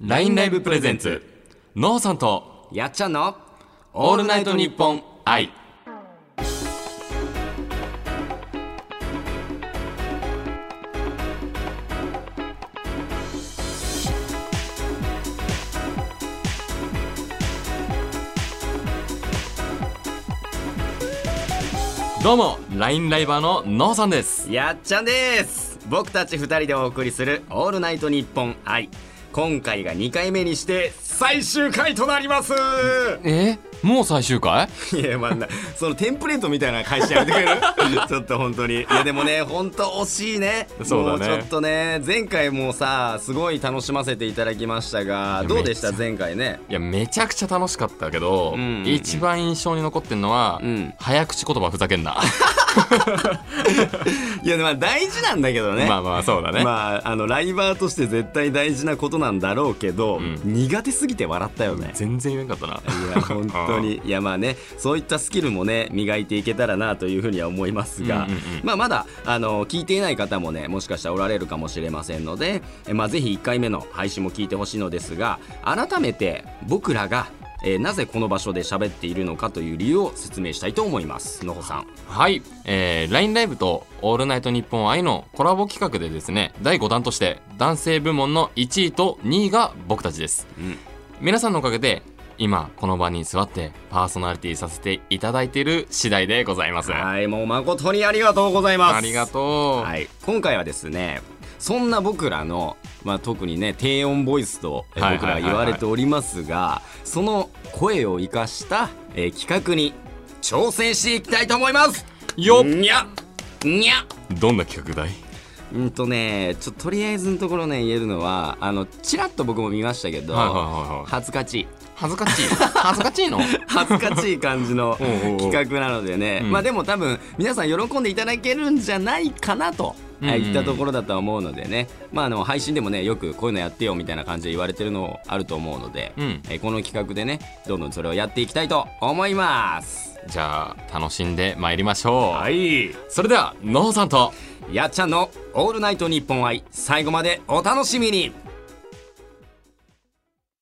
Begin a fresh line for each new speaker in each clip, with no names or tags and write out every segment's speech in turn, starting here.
LINE ライブプレゼンツノーさんと
やっちゃんの
オールナイトニッポン愛どうも LINE ライバーのノーさんです
やっちゃんです僕たち二人でお送りする「オールナイトニッポン愛」今回が2回目にして最終回となります
えもう最終回
いやまあなそのテンプレートみたいな会社やめてくれる ちょっと本当にいやでもね本当惜しいね
そうだね
もうちょっとね前回もさすごい楽しませていただきましたが
や
どうでし
め
た
っ
前回ね
いやめちゃくちゃ楽しかったけど、
んうんうん
一番印象に残ってるのは、
うん
早口言葉ふざけんな
いやまあ大事なんだけどね
まあまあそうだね、
まあ、あのライバーとして絶対大事なことなんだろうけど、
ん
苦手すぎて笑ったよ ね。
全然言えんかったない
や本当にいやまあねそういったスキルもね磨いていけたらなというふうには思います
う
が、
んうんうん
まあ、まだあの聞いていない方もねもしかしたらおられるかもしれませんので、えまあ、ぜひ1回目の配信も聞いてほしいのですが改めて僕らが、えーなぜこの場所で喋っているのかという理由を説明したいと思います。のほさん
はい、えー、LINE ライブと「オールナイトニッポン愛」のコラボ企画でですね第5弾として男性部門の1位と2位が僕たちです、
うん
皆さんのおかげで今この場に座ってパーソナリティさせていただいている次第でございます
はいもう誠にありがとうございます。
ありがとう、
はい、今回はですねそんな僕らの、まあ、特にね低音ボイスとえ
はいはい
僕らは言われておりますがその声を生かした、えー企画に挑戦していきたいと思います
よっ
にゃにゃ
どんな企画だい
うんとねちょっととりあえずのところね言えるのはあのちらっと僕も見ましたけど、
はいはいはいはい
恥ずかしい
恥ずかしい恥ずかしいの
恥ずかしい感じの
お うおうおう
企画なのでね、
うん
まあでも多分皆さん喜んでいただけるんじゃないかなと。
うんうん
はい、いったところだとは思うのでね、まあ、あの配信でもねよくこういうのやってよみたいな感じで言われてるのあると思うので、
うん
えーこの企画でねどんどんそれをやっていきたいと思います
じゃあ楽しんでまいりましょう、
い
それではのほさんと
やっちゃんの「オールナイトニッポン愛」最後までお楽しみに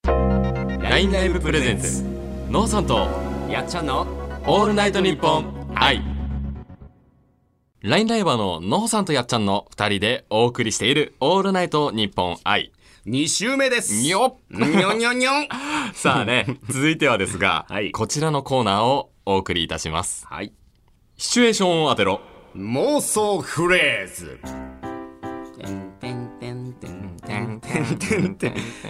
LINE ライブプレゼンツのほさんと
やっちゃんの
オールナイトニッポン愛ラインライバーののほさんとやっちゃんの2人でお送りしているオールナイトニッポン 愛
2週目です
にょっ
にょにょにょん
さあね続いてはですが、
はい
こちらのコーナーをお送りいたします
はい
シチュエーションを当てろ
妄想フレーズ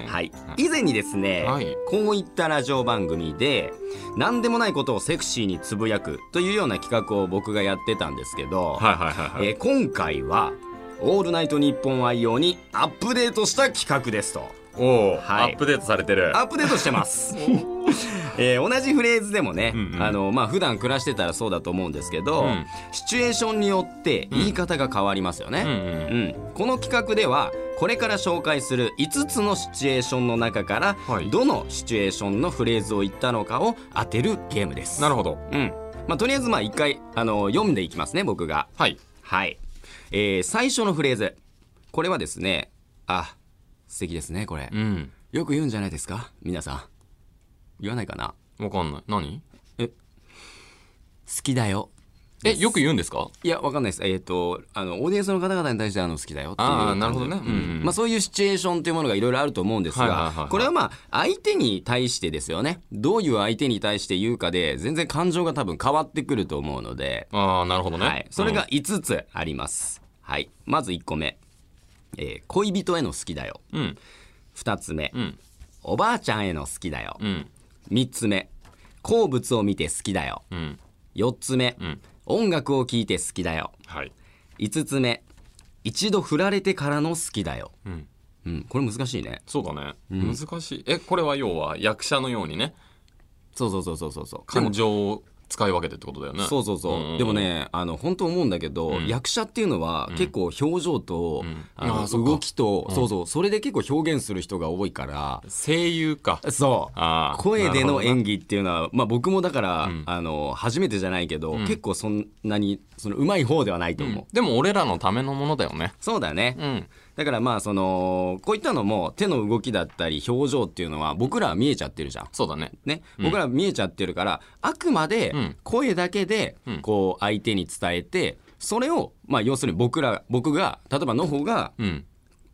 はい以前にですね、
はい
こういったラジオ番組で何でもないことをセクシーにつぶやくというような企画を僕がやってたんですけど、
いはいはい
えー今回は「オールナイトニッポン愛用」にアップデートした企画ですと。
おお、
はい
アップデートされてる
アップデートしてます。 えー同じフレーズでもね、
うんうん
あのまあ普段暮らしてたらそうだと思うんですけど、
うん
シチュエーションによって言い方が変わりますよね。
うんうん
うんこの企画ではこれから紹介する5つのシチュエーションの中から、
はい
どのシチュエーションのフレーズを言ったのかを当てるゲームです。
なるほど
うん。まあとりあえずまあ一回あの読んでいきますね僕が。
はい
はい。えー最初のフレーズこれはですね、あ素敵ですねこれ。
うん
よく言うんじゃないですか皆さん言わないかな
わかんない何
好きだよ
えよく言うんですか
いやわかんないですえっ、とあのオーディエンスの方々に対してあの好きだよっていう
あーなるほどね
うん
うんうん
まあ、そういうシチュエーションというものがいろいろあると思うんですが、
はいはいはいはい
これはまあ相手に対してですよねどういう相手に対して言うかで全然感情が多分変わってくると思うので、
ああなるほどね、
はい、それが5つあります、はい、まず1個目、えー恋人への好きだよ
うんうん
2つ目、
ん
おばあちゃんへの好きだよ
うん
3つ目好物を見て好きだよ
うん
4つ目、
ん
音楽を聴いて好きだよ
はい
5つ目一度振られてからの好きだよ、
うん
うん、これ難しいね
そうだね、難しいえこれは要は役者のようにね
そうそうそうそうそうそうでも
感情を使い分けてってことだよね
そうそうそう、
んんん
でもねあの本当思うんだけど、役者っていうのは結構表情と、あの
あーそっか
動きと、そうそうそれで結構表現する人が多いから、
声優か
そう
あー
声での
なるほどな
演技っていうのは、まあ、僕もだから、あの初めてじゃないけど、結構そんなにその上手い方ではないと思う、
でも俺らのためのものだよね
そうだね、
うん
だからまあそのこういったのも手の動きだったり表情っていうのは僕らは見えちゃってるじゃん。
そうだね。
ね、僕ら見えちゃってるから、あくまで
うん
声だけで
うん
こう相手に伝えてそれをまあ要するに僕ら僕が例えばの方が
うん。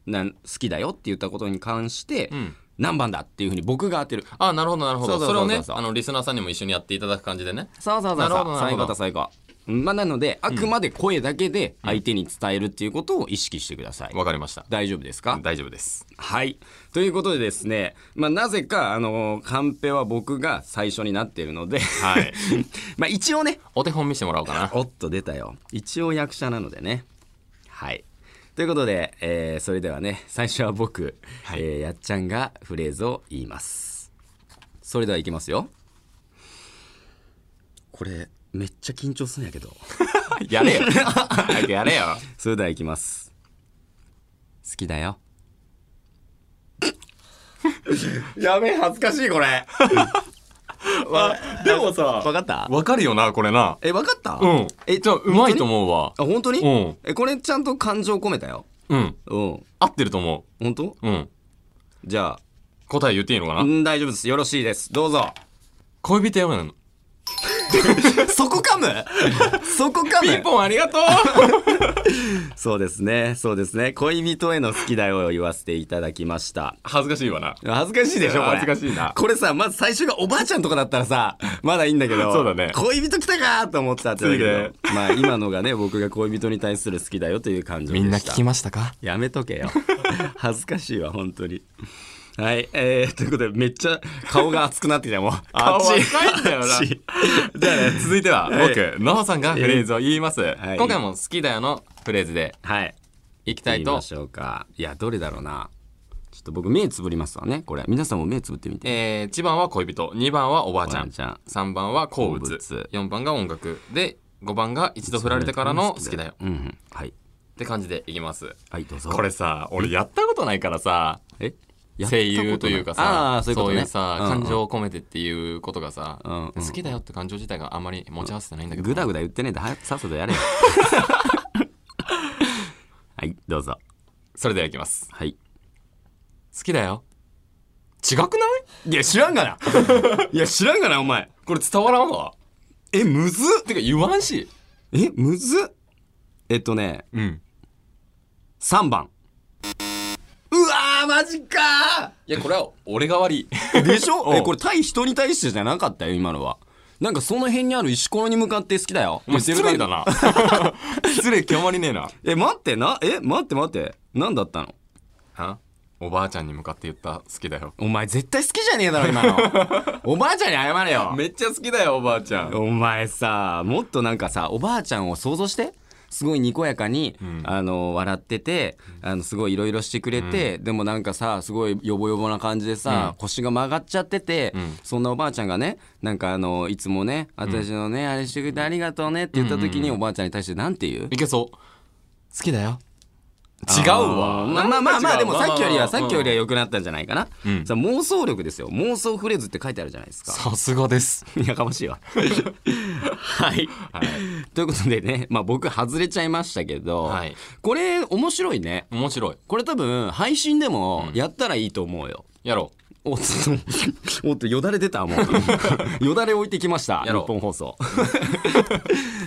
なん好きだよって言ったことに関して、
うん。
何番だっていうふうに僕が当てる。
あ、なるほど、なるほど。
そう
そ
そう
れ
そ
を
うそう
ね、あの、リスナーさんにも一緒にやっていただく感じでね。
そうそうそう
なる
そ
ほど
う。
なる
最
ほ
後
ど
だ最後。まあなのであくまで声だけで相手に伝えるっていうことを意識してください。
わかりました。
大丈夫ですか？
大丈夫です。
はい。ということでですね、まあ、なぜか、あのーカンペは僕が最初になっているので、
はい。
まあ、一応ね、
お手本見せてもらおう かな。
おっと出たよ。一応役者なのでね。はい。ということで、えーそれではね、最初は僕、
はい
えーやっちゃんがフレーズを言います。それではいきますよ。これ、めっちゃ緊張するんやけど。
やれよ。早くやれよ。
それではいきます。好き だよ。やべえ、恥ずかしい、こ れ。
でもさ、
わかった
わかるよな、これな。
え、わかった
うん。
え、
じゃあ、うまいと思うわ。
あ、本当に
うん
え、これちゃんと感情込めたよ。
うん。
うん。
合ってると思
本当
う。うん。
じゃ
答え言っていいのか
あ、
な、
うん、大丈夫です。よろしいです。どうぞ。
恋人やめなの。
そこ噛むそこ噛
ピンポンありがとう
そうですね。そうですね。恋人への好きだよを言わせていただきました。
恥ずかしいわな。
恥ずかしいでしょこれ
恥ずかしいな
これさまず最初がおばあちゃんとかだったらさまだいいんだけど
そうだね
恋人来たかと思ってたってだけど
つ
まあ今のがね僕が恋人に対する好きだよという感情でした
ましたか
やめとけよ恥ずかしいわ本当にはいえー、ということでめっちゃ顔が熱くなってきたもう
あ
熱い
若いんだよな
熱い
じゃあ ね、続いては
は
僕、ノホさんがフレーズを言います。
い
今回も好きだよのフレーズで
はい
いきた
行
い
き
と
ま、しょうかいやどれだろうなちょっと僕目つぶりますわねこれ皆さんも目つぶってみて
えー、1番は恋人、2番はおばあちゃ
お
ん
ばあちゃん、
3番は好
好
物、
物
4番が音楽、で、5番が一度振られてからの好きだよ
うんうんはい
って感じでいきます。
はいどうぞ
これさ、俺やったことないからさ、
え
声優というか
あ
さ
あーそういうこと、ね、
いうさ
んん
感情を込めてっていうことがさ、
うんうん
好きだよって感情自体があんまり持ち合わせてないんだけど
ぐだぐだ言ってねえで早くさっさとや れよはいどうぞ
それではいきます
はい
好きだよ違くない
いや知らんがな いや知らんがなお前
これ伝わらんわ
えむず
てか言わんし
えむずっえっとね
うん
3番うわーマジか
いやこれは俺が悪い
ーでしょ
おう
えこれ対人に対してじゃなかったよ今のはなんかその辺にある石ころに向かって好きだよ
お前
言って
失
る感
礼
じ
だな 失礼極まりねえな
え待ってなえ待って待って何だったの
はおばあちゃんに向かって言った好きだよ
お前絶対好きじゃねえだろ今 のおばあちゃんに謝れよ
めっちゃ好きだよおばあちゃん
お前さもっとなんかさおばあちゃんを想像してすごいにこやかに、
ん
あの笑っててあのすごいいろいろしてくれて、でもなんかさすごいよぼよぼな感じでさ、腰が曲がっちゃってて、
ん
そんなおばあちゃんがねなんかあのいつもね私のね、あれしてくれてありがとうねって言った時におばあちゃんに対してなんて言う、
いけそう好きだよ違うわ
あーまあまあまあまあでもさっきよりはさっきより
は
は良くなったんじゃないかな、
うん
さ妄想力ですよ妄想フレーズって書いてあるじゃないですか
さすがです
やかましいわ。はい。ということでね、まあ僕外れちゃいましたけど、
はい
これ面白いね。
面白い
これ多分配信でもやったらいいと思うよ。
やろ
おっ と、おっと、よだれ出た、もう。よだれ置いてきました、日
やろう
本放送。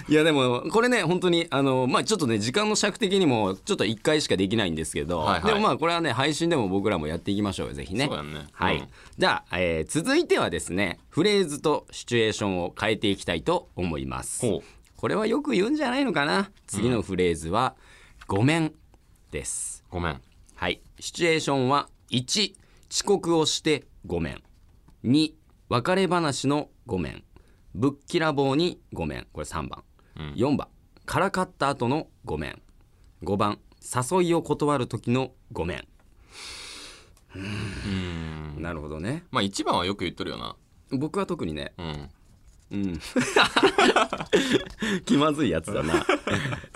いや、でも、これね、本当に、あの、まあ、ちょっとね、時間の尺的にも、ちょっと1回しかできないんですけど、
はいはい
でもまあ、これはね、配信でも僕らもやっていきましょうよ、ぜひね。
そうだね
はい。
うん
じゃあ、えー続いてはですね、フレーズとシチュエーションを変えていきたいと思います。
ほう
これはよく言うんじゃないのかな。次のフレーズは、ごめんです。
ごめん
はい。シチュエーションは、1、遅刻をしてごめん。2、別れ話のごめん。ぶっきらぼうにごめん。これ3番。4番、からかった後のごめん。5番、誘いを断る時のごめん。
うん
なるほどね。
まあ一番はよく言っとるよな
僕は特にね、
うん
気まずいやつだ な。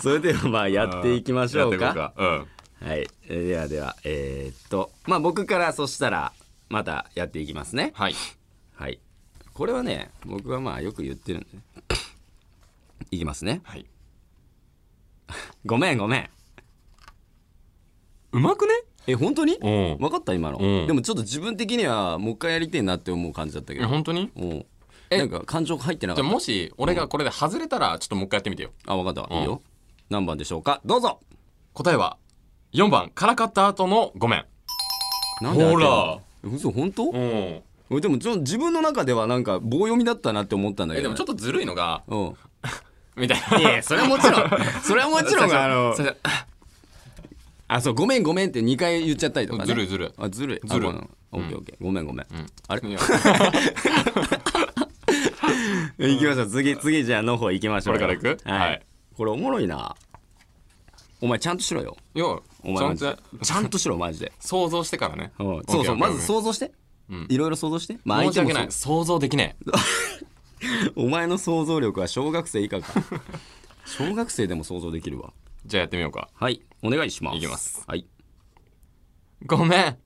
それではまあやっていきましょう
やっ
か。
ていこうか
はい。えーではでは、えーっと、まあ僕からそしたら、またやっていきますね。
はい
はい。これはね、僕はまあよく言ってるんで。 いきますね。
はい
ごめんごめん。
ううまくね
え本当に
うん
分かった今の、
うん
でもちょっと自分的にはもう一回やりてえなって思う感じだったけ
え
ど、
本当に
うん、
え
なんか感情入ってな
じ
か
ゃあ
っ
もし俺がこれで外れたらちょっともう一回やってみてよ
たあ分かった、
うん
いいよ何番でしょうかどうぞ
答えは4番からかった後のごめん
なんで当てんの
ほ
嘘本当、
うん
俺でもちょ自分の中ではなんか棒読みだったなって思ったんだ
え
け
で
ど
も
ね、
ちょっとずるいのが
うん
みたい
い
な
やいやそれはもち ろんそれはもちろんあ の
最初
あそうごめんごめんって2回言っちゃったりとか、ね、
ずるいずるい
あずるい
ずるい
あごめんオッケーオッケーごめんごめん、あれ
い や
行きましょう次次じゃあの方行きましょうよ
これから行く
はい、
はい
これおもろいなお前ちゃんとしろよ
いや
お
ちゃ
前マ
ん
ジで
と
ちゃんとしろ マジで、
想像してからね
うん
オッケー
そう
オッケ
そ
ー
うまず想像して、いろいろ想像して、まあ、
申し訳
相手
な
も
い想像できねえ
そうお前の想像力は小学生 以下か小学生でも想像できるわ
じゃあやってみようか
はいお願いします
いきます
はい
ごめん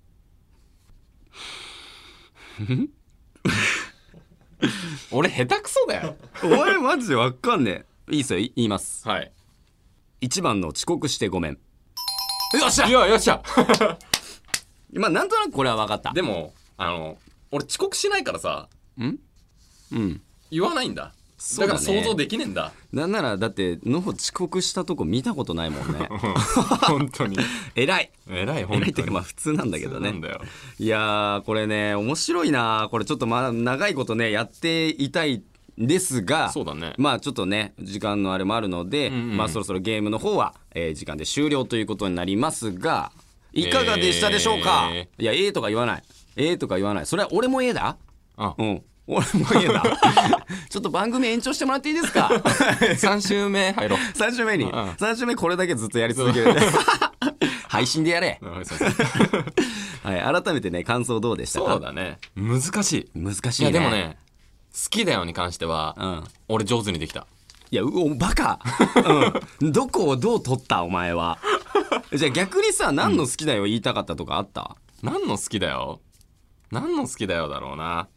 俺下手くそだよ
お前マジでわかんねえいいっすよい言います
はい
一番の遅刻してごめん
よっしゃいやよっしゃ
まあなんとなくこれは分かった
でもあの俺遅刻しないからさ
うん
言わないんだ
そ
だ
う
か
だ
ら
ね
想像できねえんだ
なんならだってのほ遅刻したとこ見たことないも んね
本当に
偉い
偉い本
偉いっ
当
て
に
いうかまあ普通なんだけ
そ
ど
うな
ね
んだよ
いやーこれね面白いなこれちょっとまあ長いことねやっていたいんですが
そうだね
まあちょっとね時間のあれもあるので、
んうん
まあそろそろゲームの方は、えー時間で終了ということになりますがいかがでしたでしょうか、
え
いや A とか言わない A とか言わないそれは俺も A だ
あ
うん俺も A だちょっと番組延長してもらっていいですか
3週目入ろう
3週目に
んうん
3週目これだけずっとやり続ける 配信でやれ、
うんすいません
はい、改めてね感想どうでしたか
そうだね難しい
難しい
い
ね
やでもね好きだよに関しては、
うん
俺上手にできた
いやうおバカ、うん、どこをどう取ったお前は じゃあ逆にさ何の好きだよ言いたかったとかあった、
何の好きだよ何の好きだよだろうな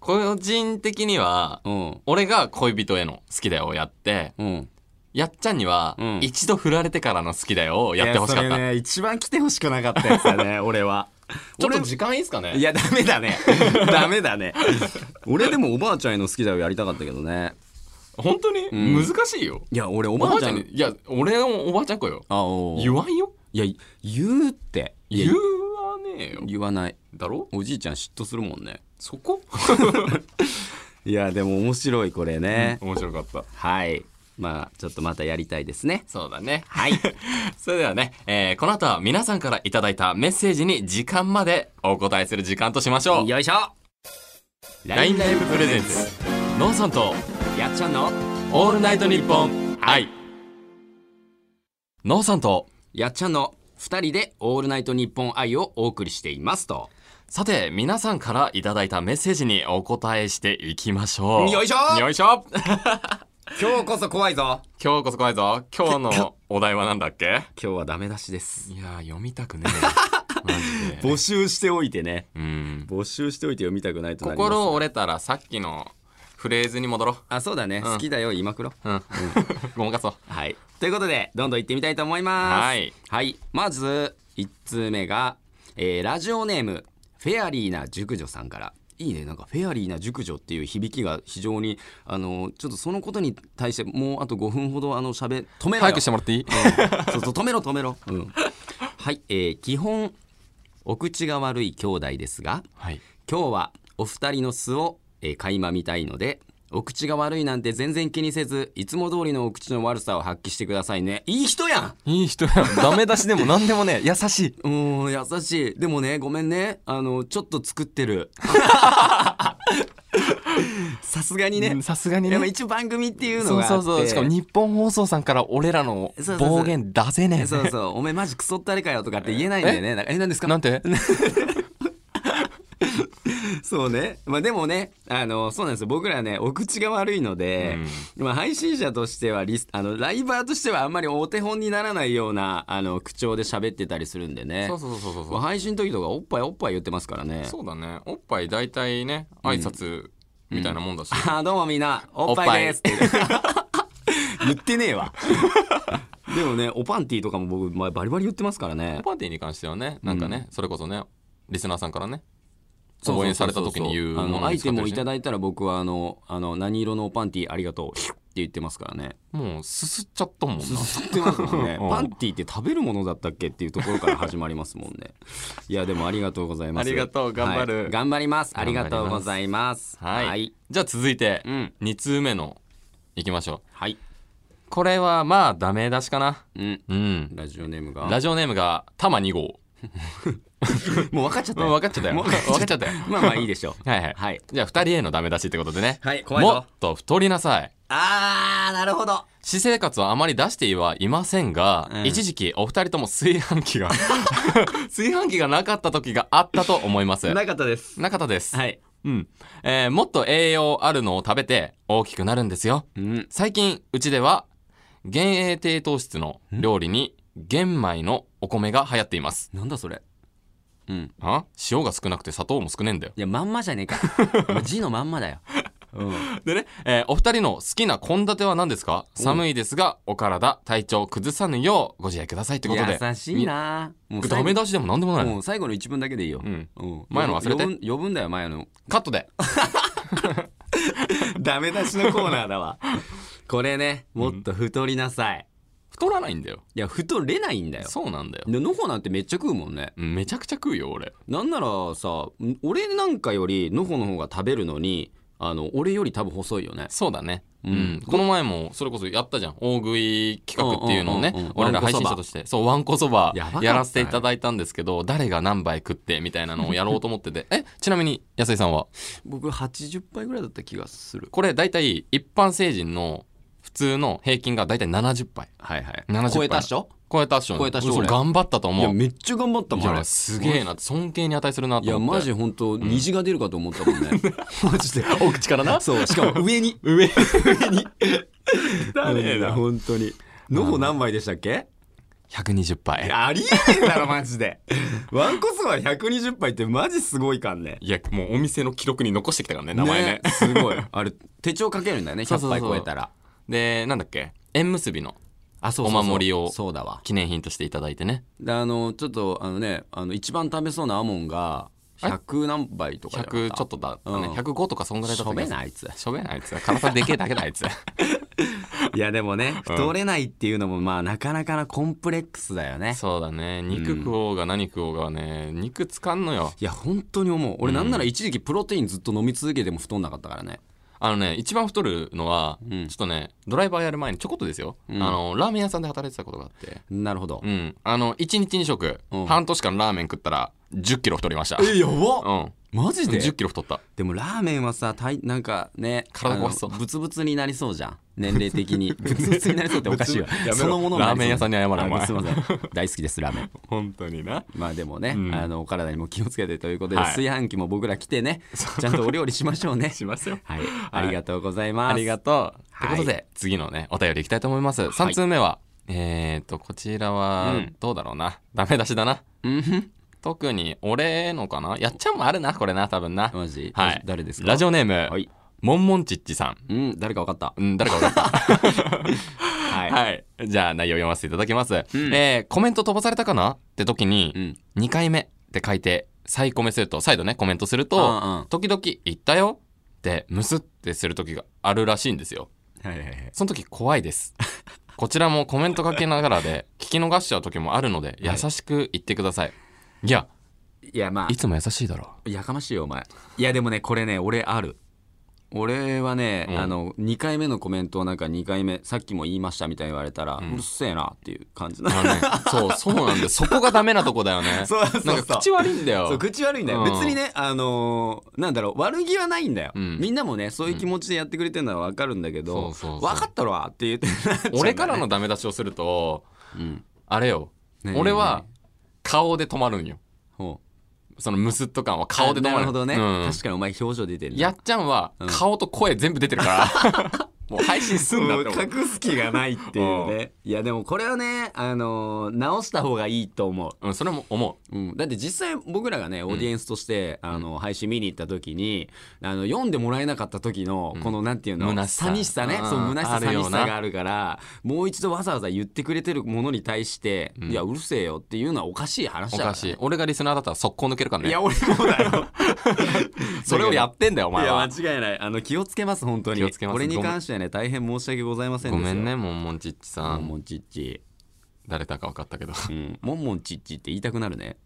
個人的には、
うん
俺が恋人への好きだよをやって、
うん、
やっちゃんには、
うん
一度振られてからの好きだよをやってほしかっ
いや
た、
それね一番来てほしくなかったやつだ ね俺は
ちょっ
俺
と時間いいっすかね
いやダメだね ダメだね俺でもおばあちゃんへの好きだよやりたかったけどね
本当に、
ん
難しいよ
いや俺お
おば
ばあ
あ
ち
ち
ゃ
ゃ
ん
んにいや俺のおばあちゃん子よ
あおう
言わんよ
いや言うっていや
言わねえよ
言わない
だろ
おじいちゃん嫉妬するもんね
そこ
いやでも面白いこれね、
面白かった
はいまあちょっとまたやりたいですね
そうだね
はい
それではね、えーこの後は皆さんからいただいたメッセージに時間までお答えする時間としましょう
よいしょ
LINE ライブプレゼンツノーさんと
やっちゃんの
オールナイトニッポン愛ノーさんと
やっちゃんの2人で「オールナイトニッポン愛」をお送りしていますと
さて皆さんからいただいたメッセージにお答えしていきましょう
よいしょ
よいしょ
今日こそ怖いぞ
今日こそ怖いぞ今日のお題はなんだっけ
今日はダメ出しです
いやー読みたくね えマジで
募集しておいてね
うん
募集しておいて読みたくないとなります
心折れたらさっきのフレーズに戻ろ
あそうだね、好きだよ言いまくろ
ううんごまかそう
はいということでどんどん行ってみたいと思います
はい、
はいまず1通目が、えーラジオネームフェアリーな熟女さんからいいねなんかフェアリーな熟女っていう響きが非常にあのちょっとそのことに対してもうあと5分ほどあのしゃべ止めろよ
早くしてもらっていい
うん そうそう止めろ止めろ、うん、はい、えー基本お口が悪い兄弟ですが
はい
今日はお二人の素を、えー垣間見たいのでお口が悪いなんて全然気にせずいつも通りのお口の悪さを発揮してくださいねいい人やん
いい人やんダメ出しでも何でもね優しいう
ーん優しいでもねごめんねあのちょっと作ってる さすがにね
うんさすがに
でも
ね
一応番組っていうの
そう
があって
そうそうしかも日本放送さんから俺らの
そうそうそう
暴言出せねえ
そうそうお前マジクソったれかよとかって言えないんだよねなんかえ何ですか
なんて
そうね、まあ、でもねあのそうなんですよ僕らねお口が悪いので、まあ、配信者としてはリスあのライバーとしてはあんまりお手本にならないようなあの口調で喋ってたりするんでね
そうそうそうそう
ま
そ
あ
う
配信の時とかおっぱいおっぱい言ってますからね
そうだねおっぱい大体ね挨拶みたいなもんだし、
あーどうもみんなおっぱいです言ってねえわでもねおパンティーとかも僕、まあ、バリバリ言ってますか らね
パーティーに関してはねなんかね、それこそねリスナーさんからね
そうそう
応
そう
援
そ
された時に言う
あ
も
の
の
ア
に
イ
使
テ
って
ム
る
を
し
いただいたら僕はあのあの何色のおパンティーありがとうって言ってますからね
もうすすっちゃったもんな
吸ってますもんね
うん
パンティーって食べるものだったっけっていうところから始まりますもんねいやでもありがとうございます
ありがとう頑張る
はい頑張りますあ
頑張り
り
ます
がとうございます
はい、
はい、
じゃあ続いて
うん
2通目のいきましょ
はい、
うこれはまあダメ出しかな
うん
うん
ラジオネームが
ラジオネームがタマ2号
もう分かっちゃった
もう分かっちゃったよ
もう
分かっちゃったよ
まあまあいいでしょう
はいはい、
はい
じゃあ2人へのダメ出しってことでね
はい怖いぞ
もっと太りなさい
あーなるほど
私生活はあまり出してはいませんが、
うん
一時期お二人とも炊飯器が 炊飯器がなかった時があったと思います
なかったです
なかったです、
はい
うんえーもっと栄養あるのを食べて大きくなるんですよ
うん
最近うちでは減栄低糖質の料理に玄米のお米が流行っています
なんだそれうん
あ塩が少なくて砂糖も少ねえんだよ
いやまんまじゃねえ かもう字のまんまだようん
でね、えーお二人の好きな献立は何ですか寒いですがお体体調崩さぬようご自愛くださいってことで
優しいなも
みダメ出しでも何でもない、
もう最後の一文だけでいいよ、
うん
うん
前の忘れて
余分余分だよ前の
カットで
ダメ出しのコーナーだわこれねもっと太りなさい、
太らないんだよ
いや太れないんだよ
そうなんだよ
でのほなんてめっちゃ食うもんね
うんめちゃくちゃ食うよ俺
なんならさん俺なんかよりのほの方が食べるのにあの俺より多分細いよね
そうだねうん、
うん
この前もそれこそやったじゃん大食い企画っていうのをね、
うんうんうんうん
俺ら配信者としてそうわんこそば
やばかったね
やらせていただいたんですけど誰が何杯食ってみたいなのをやろうと思っててえちなみに安井さんは
僕80杯ぐらいだった気がする
これ大体一般成人の普通の平均が大体70杯
はいはい
70杯
超えたっしょ
超えたっしょ
超えたっしょ
嘘
俺
頑張ったと
い
思
や
う
めっちゃ頑張った
い
もんあ
や
れ
すげえな尊敬に値するないと
や
思
マ
って
ジ本当虹が出るかと思ったも んね、マジで
お口からな
そうしかも上に
上に
誰だ本当にのほ何杯でしたっけ
120
い
杯
やありえねえだろマジ でわんこそば120杯ってマジすごいかんね
いやもうお店の記録に残してきたからね名前ね
すごい あれ手帳かけるんだよね
そうそ
100
うそう
杯超えたら
でなんだっけ縁結びの
あそう
そうそうお守りを
そうだわ
記念品としていただいてね
であのちょっとあのねあの一番食べそうなアモンが100何杯とかだ
100ちょっとだったね、
うん
105とかそんぐらいだ
し
った
ょ
け
べ
ど
ないあいつ
しょべえないあいつ体でけえだけだあい つ
いやでもね太れないっていうのもまあなかなかなコンプレックスだよね
そうだね肉食おうが何食おうがね肉つかんのよ
いや本当に思う俺なんなら一時期プロテインずっと飲み続けても太んなかったからね
あのね一番太るのは、
うん
ちょっとねドライバーやる前にちょこっとですよ、
うん
あのラーメン屋さんで働いてたことがあって
なるほど
うんあの1日2食、
うん
半年間ラーメン食ったら1 0キロ太りましたうん
えやば
1
マジで
0キロ太った
でもラーメンはさたいなんかね
体壊しそう
あのブツブツになりそうじゃん年齢 的にブツブツになりそうっておかしいよ
ブツブツやめろ
そのものもなりそう
ラーメン屋さんに謝れお前
あすいません大好きですラーメン
本当にな
まあでもね、
うん
あのお体にも気をつけてということで、
はい
炊飯器も僕ら来てねちゃんとお料理しましょうね
しますよ
はいありがとうございます
ありがとう。と
はいいう
ことで、次のね、お便りいきたいと思います。3通目は、えっと、こちらは
うん、
どうだろうな。ダメ出しだな。
うんふん
特に、俺のかなやっちゃんもあるな、これな、多分な。
マジ、
はい。
誰ですか
ラジ
オ
オネー
は
ム
い、
もんもんちっちさん。
うん誰か分かった
うん、誰か分かっ
はい、
た。はい。じゃあ、内容読ませていただきます。
ん
えーコメント飛ばされたかなって時
う
に、
ん
2回目って書いて、再コメすると、再度ね、コメントすると、
うんうん
時々、言ったよって、ムスってする時があるらしいんですよ。
はいはいはい
その時怖いです。 こちらもコメントかけながらで聞き逃しちゃう時もあるので優しく言ってください。い、や、
いやまあ
いつも優しいだろ
やかましいよお前いやでもねこれね俺ある俺はね、
うん
あの2回目のコメントをなんか2回目さっきも言いましたみたいに言われたら、う
うん
るせえなっていう 感じな
う。あのね、そう、そうなんだよ。そこがダメなとこだよね。
そうそうそう
なんか口悪いんだ
そう
よ。
口悪いんだよ、
うん
別にねあのーなんだろう悪気はないんだよ、
うん
みんなもねそういう気持ちでやってくれてるのは分かるんだけど、
そうそうそう
分かったろって 言ってなっちゃうんだよね
俺からのダメ出しをすると、
うん
あれよ、
何
俺は顔で止まるんよ。
ほ う
そのムスッと感は顔で止まる。
あなるほどね、
うん
確かにお前表情出てる
やっちゃんは顔と声全部出てるから。もう配信すんだって思う
隠す気がないって いうねいやでもこれはね、あのー直した方がいいと思
うん、それも思
う、うん、だって実際僕らがねオーディエンスとして、あの配信見に行った時にあの読んでもらえなかった時のこの、なんていうの
虚しさ
寂しさね
うん
そう虚しさ
ある
寂
よ
し
な
さがあるからもう一度わざわざ言ってくれてるものに対して、いやうるせえよっていうのはおかしい話
う。お
だから
かしい。俺がリスナーだったら速攻抜けるから
い
ね
や。俺もだよ
それをやってんだよ、お
お
前は。
いや間違いないあの気をつけます本当に
気をつけます
これに関してはね大変申し訳ございません
ご
でした
めんね、モンモンチッチさ
モン
ん。
モンチッチ
誰だか分かったけど。
うん、モンモンチッチって言いたくなるね。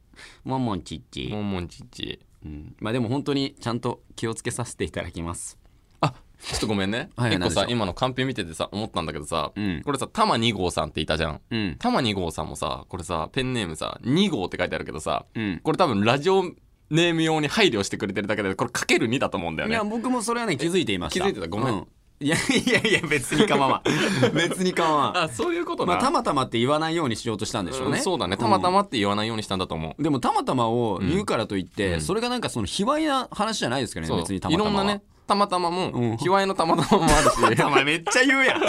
モンモンチッチ
モ。ンモンチッチ。
うん、まあでも本当にちゃんと気をつけさせていただきます。
あちょっとごめんね。
はい
結構
なん
さ
で、しょう
今のカンペ見ててさ、思ったんだけどさ、
うん
これさ、タマ2号さんっていたじゃん。
うん。
タマ2号さんもさ、これさ、ペンネームさ、2号って書いてあるけどさ、
うん。
これ多分ラジオネーム用に配慮してくれてるだけで、これかける2だと思うんだよ
い
ね
や。僕もそれはね気づいていまし
気
た。
づいてたごめん
ういやいやいや別に構わ ん。別に構わん。
あ、そういうことな。
まあたまたまって言わないようにしようとしたんでしょう
うん
ね。
そうだね。たまた
ま。
まって言わないようにしたんだと思う。
でもたまたまを言うからといって、
うん
それがなんかその卑猥な話じゃないですからね
そう
別にたまたま
いろんなね、たまたま
う
も
ん、
卑猥のたまたまもあるし。
たまめっちゃ言う やん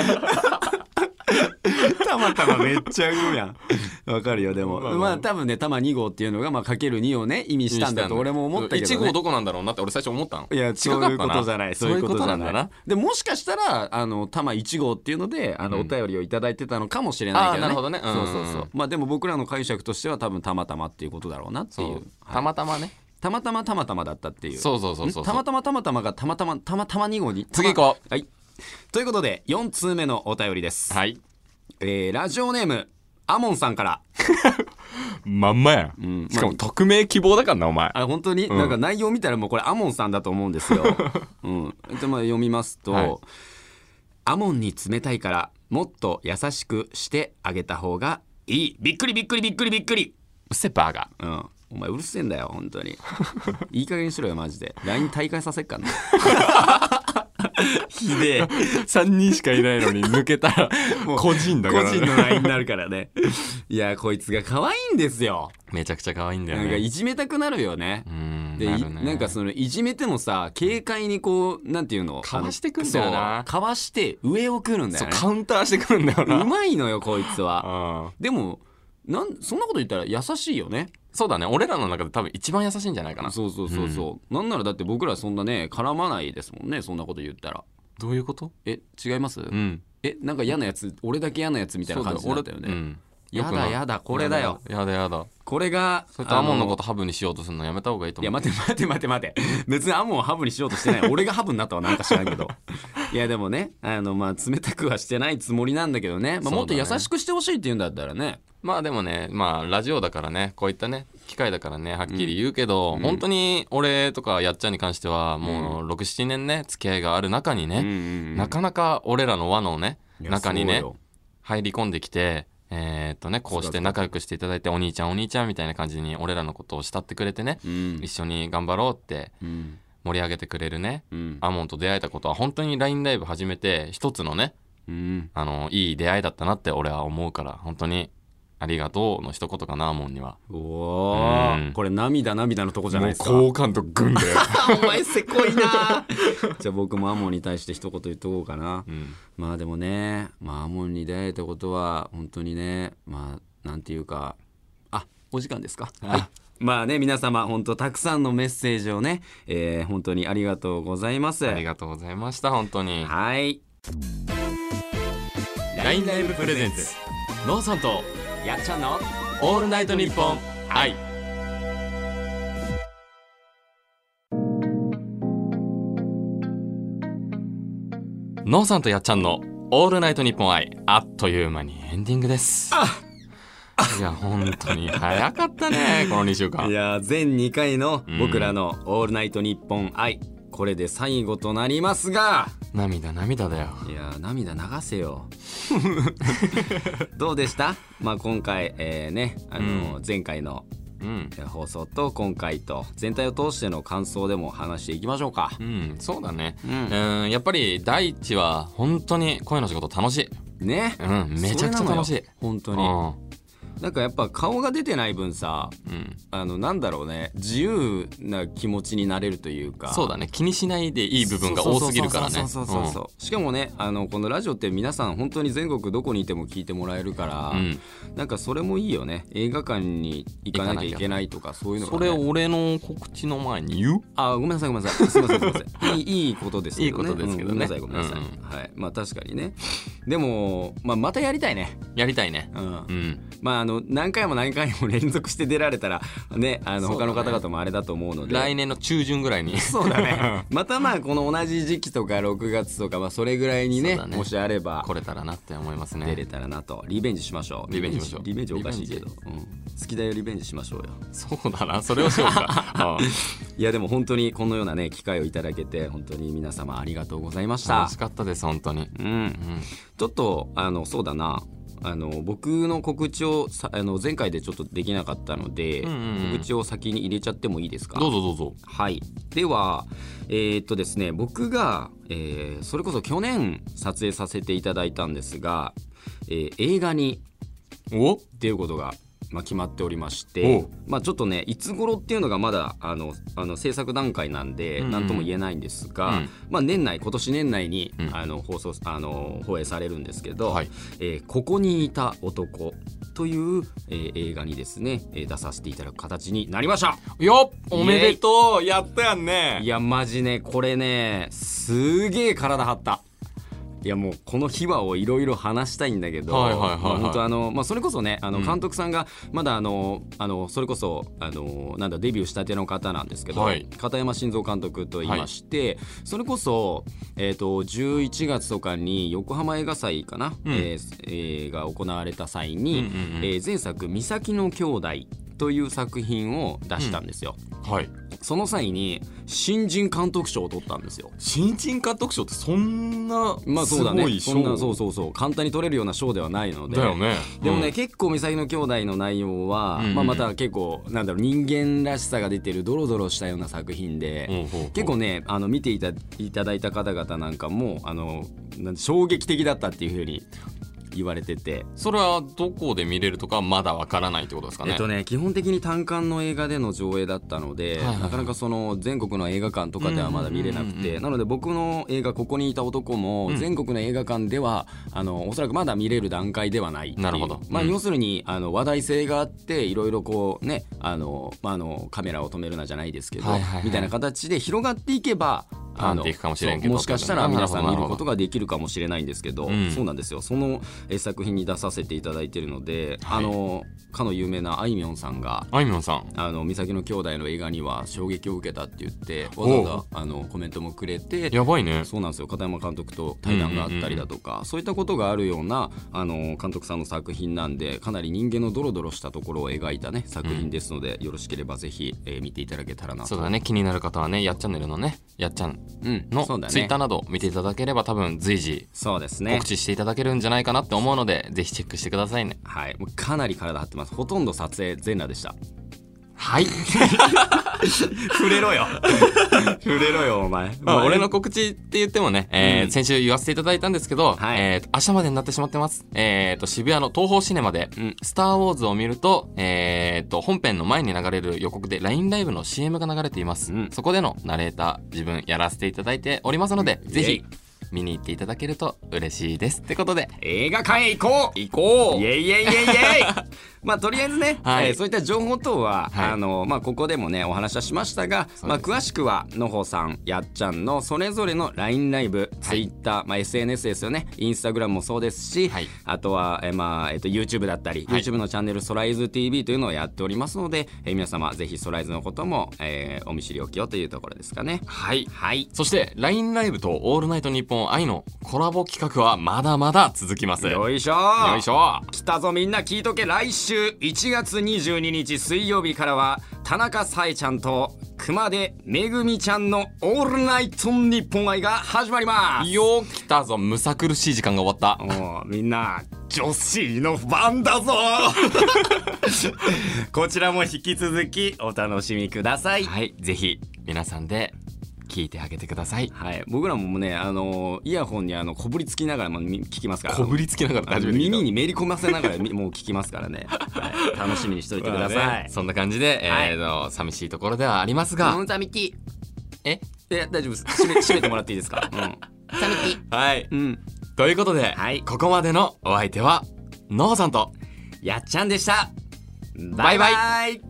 たまたまめっちゃ言うやんわかるよでも
ま
ま
あ
あ、
まあ
多分ねたま2号っていうのが、まあ、かける2をね意味 したんだと俺も思ったけど、ね、
1号どこなんだろうなって俺最初思ったの。
いやそういうことじゃない
そういうことなんだな。
でもしかしたらあの玉1号っていうのであの、
うん
お便りをいただいてたのかもしれない
あ
けどね
ーなるほどねうん
そうそうそうまあでも僕らの解釈としては多分たまたまっていうことだろうなって
そ
いうう。
たまたまね。
たまたまたまたまだったっていう
そうそうそうそう。
んたまたまたまたまがたまたまたまたま2号に
次行こ
うはいということで4通目のお便りです、
はい。
えーラジオネームアモンさんから
まんまや
ん
しかも匿名希望だからな、お前。
あ本当に、なんか内容見たらもうこれアモンさんだと思うんですよ、 うん、でまあ読みますと、
はい
アモンに冷たいからもっと優しくしてあげた方がいいびっくりびっくりびっくりびっくり
うっせバーガ
うんお前うるせえんだよ本 当にいい加減にしろよマジで LINE 大会させっかんなひでえ
ー。3人しかいないのに抜けた ら、個人だ
個
からね。
人の LINE になるからねいやこいつが可愛いんですよ
めちゃくちゃ可愛いんだよ
なんか
ね。
いじめたくなるよね、
うん
で
ないるね
なんかそのいじめてもさ軽快にこうなんていうの
かわしてくんだよな
あのそうかわして上をくるんだ
そ
よ
う、
ね
カウンターしてくるんだよ
う
な。
まいのよこいつは
うん
でもなんそんなこと言ったら優しいよね
そうだね。俺らの中で多分一番優しいんじゃないかな。
そうそうそうそう、なんならだって僕らそんなね絡まないですもんねそんなこと言ったら
どういうこと
え違います、
うん。
えなんか嫌なやつ俺だけ嫌なやつみたいな感じだったよ
そうだ俺う
ね
んよ
や
くな
だやだこれだよ。
やだやだ。
これが
それとアモンのこととハブにしようとするのやめた方がいいと
い
思う。
や待て待て待て待て別にアモンをハブにしようとして ない俺がハブになったはなんか知らん けどいやでもねあのまあ冷たくはしてないつもりなんだけどね、まあ、もっと
そう
優
だね
しくしてほしいって言うんだったらね
まあでもね、まあラジオだからね、こういったね、機会だからね、はっきり言うけど、本当に俺とかやっちゃんに関しては、もう6、7年ね、付き合いがある中にね、なかなか俺らの輪のね、
いや
中にね
そう、よ
入り込んできて、えーっとね、こうして仲良くしていただいて、お兄ちゃんお兄ちゃんみたいな感じに俺らのことを慕ってくれてね、
うん
一緒に頑張ろうって
うん
盛り上げてくれるね、
うん
アモンと出会えたことは本当に LINE ライブ始めて一つのね
うん
あのいい出会いだったなって俺は思うから本当にありがとうの一言かなアモンには
おおー
うん
これ涙涙のとこじゃないですか
感とグンだよ、
お前せこいな じゃあ僕もアモンに対して一言言っとこうかな、
うん、
まあでもね、まあ、アモンに出会えたことは本当にねまあなんていうかあお時間ですかはいまあね皆様本当たくさんのメッセージをね、えー本当にありがとうございます
ありがとうございました本当に
はい
LINE ライブプレゼンツノーさんと
やっちゃんの
オールナイトニッポン愛ノーさんとやっちゃんのオールナイトニッポン愛あっという間にエンディングですいや本当に早かったねこの2週間
いやー全2回の
うん
僕らの「オールナイトニッポン愛」これで最後となりますが
涙涙だよ
いやー涙流 せよどうでした、まあ、今回、えーねあのー前回の
うん
放送と今回と全体を通しての感想でも話していきましょうか
うん、そうだね、う
うんん、
やっぱり第一は本当に声の仕事楽しい
ね
うんめちゃくちゃ楽しい
それなのよ本当
う
に
ん
なんかやっぱ顔が出てない分さ
うん、
あのなんだろうね自由な気持ちになれるというか
そうだね気にしないでいい部分が多すぎるからね
そうそうそうそうそうしかもねあのこのラジオって皆さん本当に全国どこにいても聞いてもらえるから、
うん
なんかそれもいいよね映画館に行かなきゃいけないとかそういうの
そ
が、
れ
ね、
俺の告知の前に言う
あごめんなさいごめんなさいすいませんすいません いいいいことですけどね
いいことですけどね
うんごめんなさいごめんなさい、
うん
はいまあ確かにねでも、まあ、またやりたいね
やりたいね
うん、
うん
まああの何回も何回も連続して出られたらねあの
そう
他
だね
の方々もあれだと思うので
来年の中旬ぐらいに
そうだね またまあこの同じ時期とか6月とか、まあ、それぐらいに
そ
ね
うだね
もしあれば
来れたらなって思います
出れ
ね
たらなとリベンジしましょう
リベンジしましょう
リベンジおかしいけど、うん好きだよリベンジしましょうよ
そうだなそれをしよう か
いやでも本当にこのようなね機会をいただけて本当に皆様ありがとうございまし
うん
た
楽しかったです本当に
うん
うん
ちょっとあのそうだなあの僕の告知をさあの前回でちょっとできなかったので、
うんうんうん
告知を先に入れちゃってもいいですか
どうぞどうぞ
はい、では、えーっとですね、僕が、えーそれこそ去年撮影させていただいたんですが、えー映画に
お
出ることが、まあ、決まっておりまし
お
て
う、
まあ、ちょっとねいつ頃っていうのがまだあのあの制作段階なんで
うんうん
何とも言えないんですが、
うん
まあ、年内今年年内に、
うん
あの放送あの放映されるんですけど、
はい
えーここにいた男」という、えー映画にですね、えー出させていただく形になりました
よっおめでとうやったやん
い
ね
やマジねこれねすげえ体張ったいやもうこの秘話をいろいろ話したいんだけど
はいはいはいはい
まあ本当あの、まあ、それこそねあの
うん
監督さんがまだあのあのそれこそあのなんだデビューしたての方なんですけど、
はい
片山晋三監督と言いまして、それこそ、えー、と11月とかに横浜映画祭かな、
うん
えーえーが行われた際
うん
に、
うんうん
えー前作「三崎の兄弟」という作品を出したんですよ。
はい
その際に新人監督賞を取ったんですよ。
新人監督賞ってそんな
まあ
す
そうだ
ご
ね。
い
そんなそ
賞
うそうそう簡単に取れるような賞ではないので。
だよね
でもね、
うん
結構ミサイの兄弟の内容は、
うんうん
まあ、また結構なんだろう人間らしさが出てるドロドロしたような作品で、
ほうほうほう
結構ねあの見ていたいただいた方々なんかもあのなん衝撃的だったっていうふうに言われてて、
それはどこで見れるとかまだわからないってことですかね
えっとね基本的に単館の映画での上映だったので、
はいはい
なかなかその全国の映画館とかではまだ見れなく
うんうんうん
てなので僕の映画「ここにいた男」も
うん
全国の映画館では、あのおそらくまだ見れる段階ではないっていう
なるほど
まあ、
うん
要するにあの話題性があっていろいろこうねあの、まあ、あのカメラを止めるなじゃないですけど、
はいはいはい
みたいな形で広がっていけば。
パ
あ
ンっていくかもしれんけど
そうもしかしたら皆さん
なるほどなる
見る
ほど
ことができるかもしれないんですけど、
うん
そうなんですよそのえ作品に出させていただいてるので、
はい
あのかの有名なあいみょんさんが
あいみょんさん
「あの岬の兄弟」の映画には衝撃を受けたって言ってわざ
お
わざあのコメントもくれて
やばいね
そうなんですよ片山監督と対談があったりだとか、そういったことがあるようなあの監督さんの作品なんでかなり人間のドロドロしたところを描いたね作品ですので、よろしければぜひ、えー見ていただけたらな
そ
と。
うだね気になる方はねやっちゃんねるのねやっちゃん
うん
の
そうだ
ツイッ
ね
ターなど見ていただければ多分随時
そうですね
告知していただけるんじゃないかなって思うのでぜひチェックしてくださいね
はい、もうかなり体張ってますほとんど撮影全裸でした
はい
触れろよ触れろよお前、
まあ
お前
俺の告知って言ってもね、えー
うん
先週言わせていただいたんですけど、
はい
えーと明日までになってしまってます、えー、と渋谷の東宝シネマで
うん
「スター・ウォーズ」を見ると,、えー、と本編の前に流れる予告で LINE ライブの CM が流れています、
うん
そこでのナレーター自分やらせていただいておりますので、
うん
ぜ
イエイ
ひ見に行っていただけると嬉しいですってことで
映画館へ行こう
行こ
イエイイエイイエイイエイまあとりあえずね、
はい
えーそういった情報等は、
はい
あのまあ、ここでもねお話はしましたが、
す
まあ、詳しくはのほさんやっちゃんのそれぞれの LINE ライブ、Twitter、まあ、SNS ですよねインスタグラムもそうですし、
はい
あとは、えーまあえー、と YouTube だったり、
はい
YouTube のチャンネル「ソライズ TV」というのをやっておりますので、えー皆様ぜひソライズのことも、えーお見知りおきをというところですかね。
はい
はい
そして LINE ライブと「オールナイトニッポン愛」のコラボ企画はまだまだ続きます
よ
よ
いしょ
いしょ
来たぞみんな聞いとけ来週1月22日水曜日からは田中紗恵ちゃんと熊手めぐみちゃんの「オールナイトニッポン愛」が始まります
よう来たぞむさ苦しい時間が終わった
もうみんな女子の番だぞ こちらも引き続きお楽しみください
はいぜひ皆さんで聞いてあげてください。
はい、僕らもねあのイヤホンにあのこぶりつきながらもみ聞きますから
こぶりつきながら
あ
初
の
めて聞いた
耳にめり込ませながらみもう聞きますからね、はい楽しみにしといてく だ
まあ
さ
ね
い。
そんな感じで、え
はい
ーの寂しいところではありますが、
うん、ザミキ
え
え大丈夫です閉め閉めてもらっていいですか、 うん、ザミ
はい
キうん
ということで、
はい
ここまでのお相手はノーさんと
やっちゃんでした
バイバイ
バイ